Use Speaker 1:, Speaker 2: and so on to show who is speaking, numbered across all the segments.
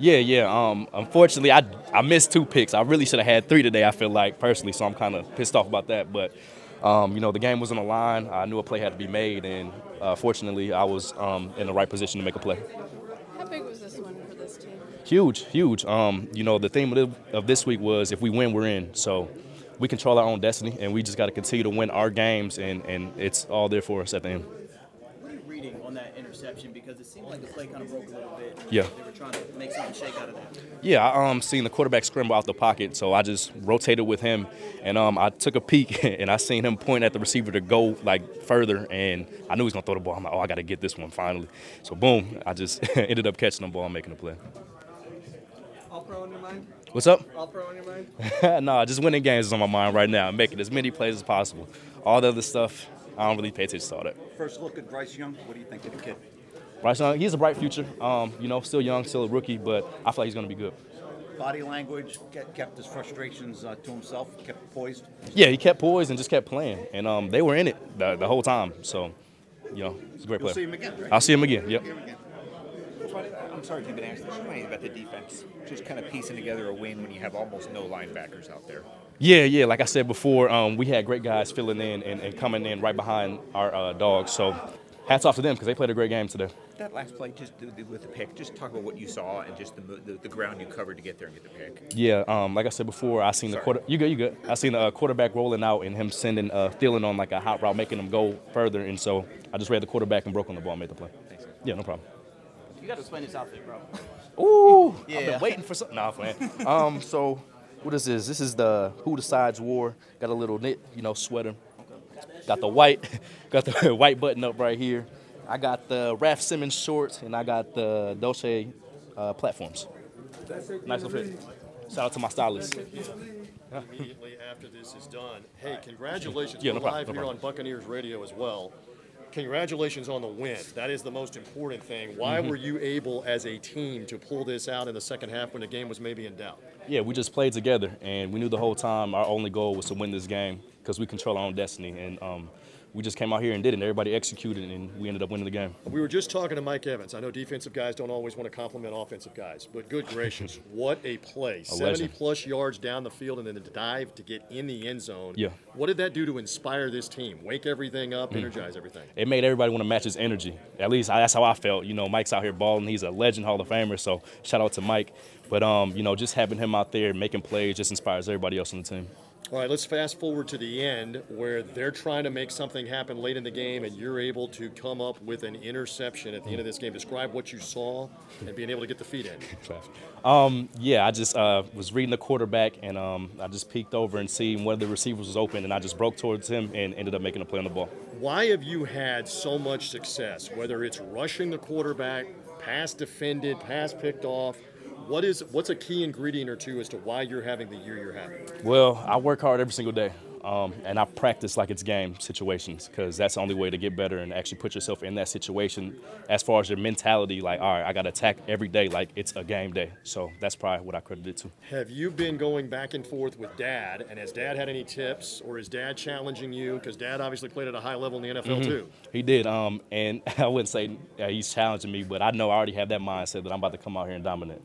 Speaker 1: Yeah, yeah. Um, unfortunately, I I missed two picks. I really should have had three today. I feel like personally, so I'm kind of pissed off about that. But um, you know, the game was on the line. I knew a play had to be made, and uh, fortunately, I was um, in the right position to make a play.
Speaker 2: How big was this one for this team?
Speaker 1: Huge, huge. Um, you know, the theme of, the, of this week was if we win, we're in. So we control our own destiny, and we just got to continue to win our games, and, and it's all there for us at the end.
Speaker 3: What are you reading on that interception? Because it seemed like the play kind of broke a little bit.
Speaker 1: Yeah.
Speaker 3: They were trying to make something shake out of that.
Speaker 1: Yeah, I um, seen the quarterback scramble out the pocket, so I just rotated with him, and um, I took a peek, and I seen him point at the receiver to go like further, and I knew he was gonna throw the ball. I'm like, oh, I gotta get this one finally. So boom, I just ended up catching the ball and making the play.
Speaker 4: All pro on your mind?
Speaker 1: What's up?
Speaker 4: All pro on your mind?
Speaker 1: nah, just winning games is on my mind right now. Making as many plays as possible. All the other stuff, I don't really pay attention to all that.
Speaker 5: First look at Bryce Young. What do you think of the kid?
Speaker 1: Bryce Young, he has a bright future. Um, you know, still young, still a rookie, but I feel like he's gonna be good.
Speaker 5: Body language ke- kept his frustrations uh, to himself, kept poised.
Speaker 1: Yeah, he kept poised and just kept playing, and um, they were in it the, the whole time. So, you know, he's a great
Speaker 5: You'll
Speaker 1: player.
Speaker 5: see him again, right?
Speaker 1: I'll see him again. Yep.
Speaker 6: I'm sorry if you've been asked this. Remind me about the defense. Just kind of piecing together a win when you have almost no linebackers out there.
Speaker 1: Yeah, yeah. Like I said before, um, we had great guys filling in and, and coming in right behind our uh, dogs. So, hats off to them because they played a great game today.
Speaker 6: That last play, just do- do- with the pick, just talk about what you saw and just the, mo- the, the ground you covered to get there and get the pick.
Speaker 1: Yeah, um, like I said before, I seen the
Speaker 6: Sorry.
Speaker 1: quarter. You good? You good? I seen the uh, quarterback rolling out and him sending uh, Thielen on like a hot route, making him go further. And so I just read the quarterback and broke on the ball, and made the play.
Speaker 6: Thanks. man.
Speaker 1: Yeah, no problem.
Speaker 3: You got to explain this outfit, bro.
Speaker 1: Ooh, I've
Speaker 3: Yeah.
Speaker 1: been waiting for something. Nah, man. um, so what is this? This is the Who Decides War. Got a little knit, you know, sweater. Got the white, got the white button up right here. I got the Raf Simmons shorts, and I got the Dolce uh, platforms. Nice little fit. Shout out to my stylist.
Speaker 7: immediately after this is done. Hey, congratulations.
Speaker 1: Yeah, no
Speaker 7: We're
Speaker 1: problem,
Speaker 7: live
Speaker 1: no
Speaker 7: here
Speaker 1: problem.
Speaker 7: on Buccaneers Radio as well. Congratulations on the win. That is the most important thing. Why
Speaker 1: Mm-hmm.
Speaker 7: were you able as a team to pull this out in the second half when the game was maybe in doubt?
Speaker 1: Yeah, we just played together, and we knew the whole time our only goal was to win this game because we control our own destiny, and um, we just came out here and did it. And everybody executed, and we ended up winning the game.
Speaker 7: We were just talking to Mike Evans. I know defensive guys don't always want to compliment offensive guys, but good gracious, what a play. 70
Speaker 1: legend.
Speaker 7: plus yards down the field and then the dive to get in the end zone.
Speaker 1: Yeah. Mm.
Speaker 7: What did that do to inspire this team? Wake everything up, energize everything.
Speaker 1: it made everybody want to match his energy. At least I, that's how I felt. You know, Mike's out here balling. He's a legend, Hall of Famer. So shout out to Mike. But um, you know, just having him out there making plays just inspires everybody else on the team.
Speaker 7: All right, let's fast forward to the end where they're trying to make something happen late in the game and you're able to come up with an interception at the end of this game. Describe what you saw and being able to get the feet in.
Speaker 1: Um, yeah, I just uh, was reading the quarterback, and um, I just peeked over and seen one of the receivers was open, and I just broke towards him and ended up making a play on the ball.
Speaker 7: Why have you had so much success, whether it's rushing the quarterback, pass defended, pass picked off? What is what's a key ingredient or two as to why you're having the year you're having?
Speaker 1: Well, I work hard every single day. Um, and I practice like it's game situations because that's the only way to get better and actually put yourself in that situation as far as your mentality. Like, all right, I got to attack every day like it's a game day. So that's probably what I credit it to.
Speaker 7: Have you been going back and forth with dad? And has dad had any tips or is dad challenging you? Because dad obviously played at a high level in the NFL too.
Speaker 1: He did. Um, and I wouldn't say uh, he's challenging me, but I know I already have that mindset that I'm about to come out here and dominate.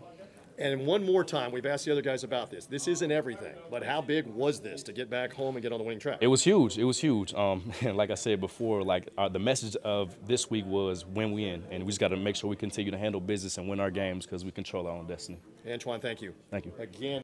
Speaker 7: And one more time, we've asked the other guys about this. This isn't everything, but how big was this to get back home and get on the winning track?
Speaker 1: It was huge. It was huge. Um, and like I said before, like uh, the message of this week was win win, and we just got to make sure we continue to handle business and win our games because we control our own destiny.
Speaker 7: Antoine, thank you.
Speaker 1: Thank you.
Speaker 7: Again,